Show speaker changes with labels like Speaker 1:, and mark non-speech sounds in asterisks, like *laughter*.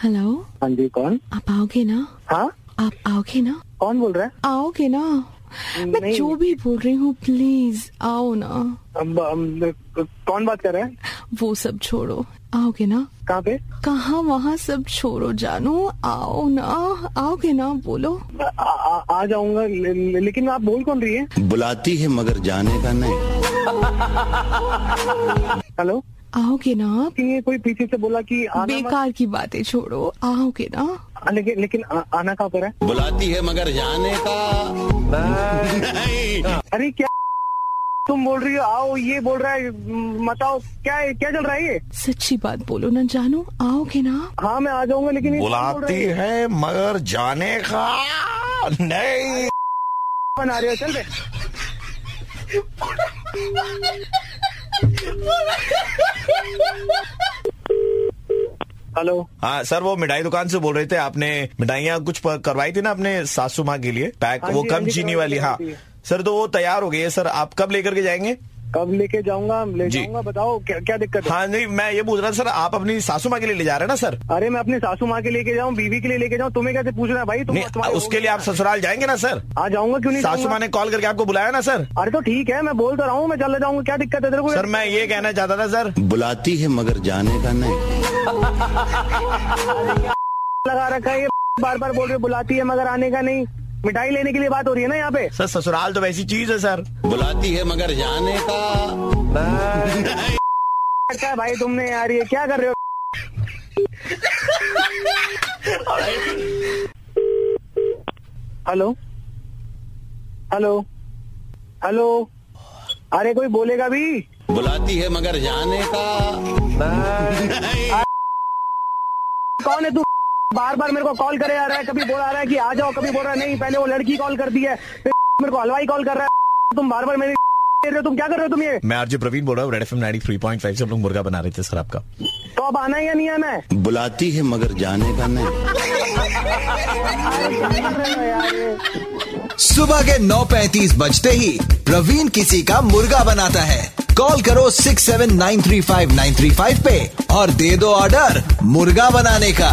Speaker 1: हाँ जी कौन
Speaker 2: आप आओगे ना
Speaker 1: हाँ
Speaker 2: आप आओगे ना
Speaker 1: कौन बोल रहा है
Speaker 2: आओगे ना मैं
Speaker 1: नहीं।
Speaker 2: जो भी बोल रही हूँ प्लीज आओ ना
Speaker 1: अब- अब- कौन बात कर रहा है
Speaker 2: वो सब छोड़ो आओगे ना
Speaker 1: कहाँ पे
Speaker 2: कहाँ वहाँ सब छोड़ो जानो आओ ना आओगे ना बोलो
Speaker 1: आ, आ, आ जाऊंगा ले, ले, लेकिन आप बोल कौन रही है
Speaker 3: बुलाती है मगर जाने का नहीं
Speaker 1: हेलो
Speaker 2: आओगे ना आप?
Speaker 1: कि ये कोई पीछे से बोला कि आना मत-
Speaker 2: बेकार की बातें छोड़ो आओगे ना
Speaker 1: आ, लेकिन लेकिन आ, आना कहाँ पर है
Speaker 3: बुलाती है मगर जाने का नहीं
Speaker 1: अरे क्या तुम बोल रही हो आओ ये बोल रहा है म, बताओ क्या है- क्या चल रहा है ये
Speaker 2: सच्ची बात बोलो ना जानो आओगे ना
Speaker 1: *laughs*
Speaker 2: आप?
Speaker 1: हाँ मैं आ जाऊंगा लेकिन ये कौन बोल रहा
Speaker 4: बुलाती है मगर जाने का नहीं
Speaker 1: बना रहे हो चल बे हेलो
Speaker 4: हाँ सर वो मिठाई दुकान से बोल रहे थे आपने मिठाइयाँ कुछ प- करवाई थी ना अपने सासू माँ के लिए पैक
Speaker 1: हाँ
Speaker 4: वो
Speaker 1: जी, हाँ
Speaker 4: कम
Speaker 1: जी,
Speaker 4: चीनी
Speaker 1: करवाई
Speaker 4: वाली
Speaker 1: थी,
Speaker 4: हाँ
Speaker 1: करवाई
Speaker 4: सर तो वो तैयार हो गई है सर आप कब लेकर के जाएंगे
Speaker 1: कब लेके जाऊंगा ले
Speaker 4: जी।
Speaker 1: जाऊंगा बताओ क्या क्या दिक्कत है
Speaker 4: हाँ नहीं मैं ये पूछ रहा था सर आप अपनी सासू माँ के लिए ले जा रहे हैं ना सर
Speaker 1: अरे मैं अपने सासू माँ के लेके जाऊँ बीवी के लिए लेके जाऊँ तुम्हें कैसे पूछ रहा है भाई तुम
Speaker 4: नहीं
Speaker 1: तुम्हारे हो
Speaker 4: उसके
Speaker 1: गए
Speaker 4: लिए आप
Speaker 1: ना।
Speaker 4: ससुराल जाएंगे ना सर
Speaker 1: आ जाऊंगा क्यों नहीं
Speaker 4: सासू
Speaker 1: जाऊंगा?
Speaker 4: माँ ने कॉल करके आपको बुलाया ना सर
Speaker 1: अरे तो ठीक है मैं बोल तो रहा हूँ मैं चले जाऊंगा क्या दिक्कत है तेरे को
Speaker 4: सर मैं ये कहना चाहता था सर
Speaker 3: बुलाती है मगर जाने का नहीं
Speaker 1: लगा रखा है ये बार बार बोल रहे हो, बुलाती है मगर आने का नहीं मिठाई लेने के लिए बात हो रही है ना यहाँ पे
Speaker 4: सर ससुराल तो वैसी चीज है सर
Speaker 3: बुलाती है मगर जाने का
Speaker 1: रखा है भाई तुमने यार ये क्या कर रहे हो हेलो हेलो हेलो अरे कोई बोलेगा भी
Speaker 3: बुलाती है मगर जाने का
Speaker 1: कौन है तू बार बार मेरे को कॉल करे आ रहा है कभी बोला रहा है कि आ जाओ कभी बोल रहा है नहीं पहले वो लड़की कॉल करती है फिर मेरे को हलवाई कॉल कर रहा है तुम बार बार मेरी दे रहे हो तुम क्या कर रहे हो तुम ये
Speaker 4: मैं आरजे प्रवीण बोल रहा हूँ Red F nine three point five से हम लोग मुर्गा बना रहे थे सर आपका
Speaker 1: तो अब आना है या नहीं आना है
Speaker 3: बुलाती है मगर जाने का नहीं
Speaker 1: क्या कर रहे हो यार ये?
Speaker 5: सुबह के 9:35 बजते ही प्रवीण किसी का मुर्गा बनाता है कॉल करो 6793595 पे और दे दो ऑर्डर मुर्गा बनाने का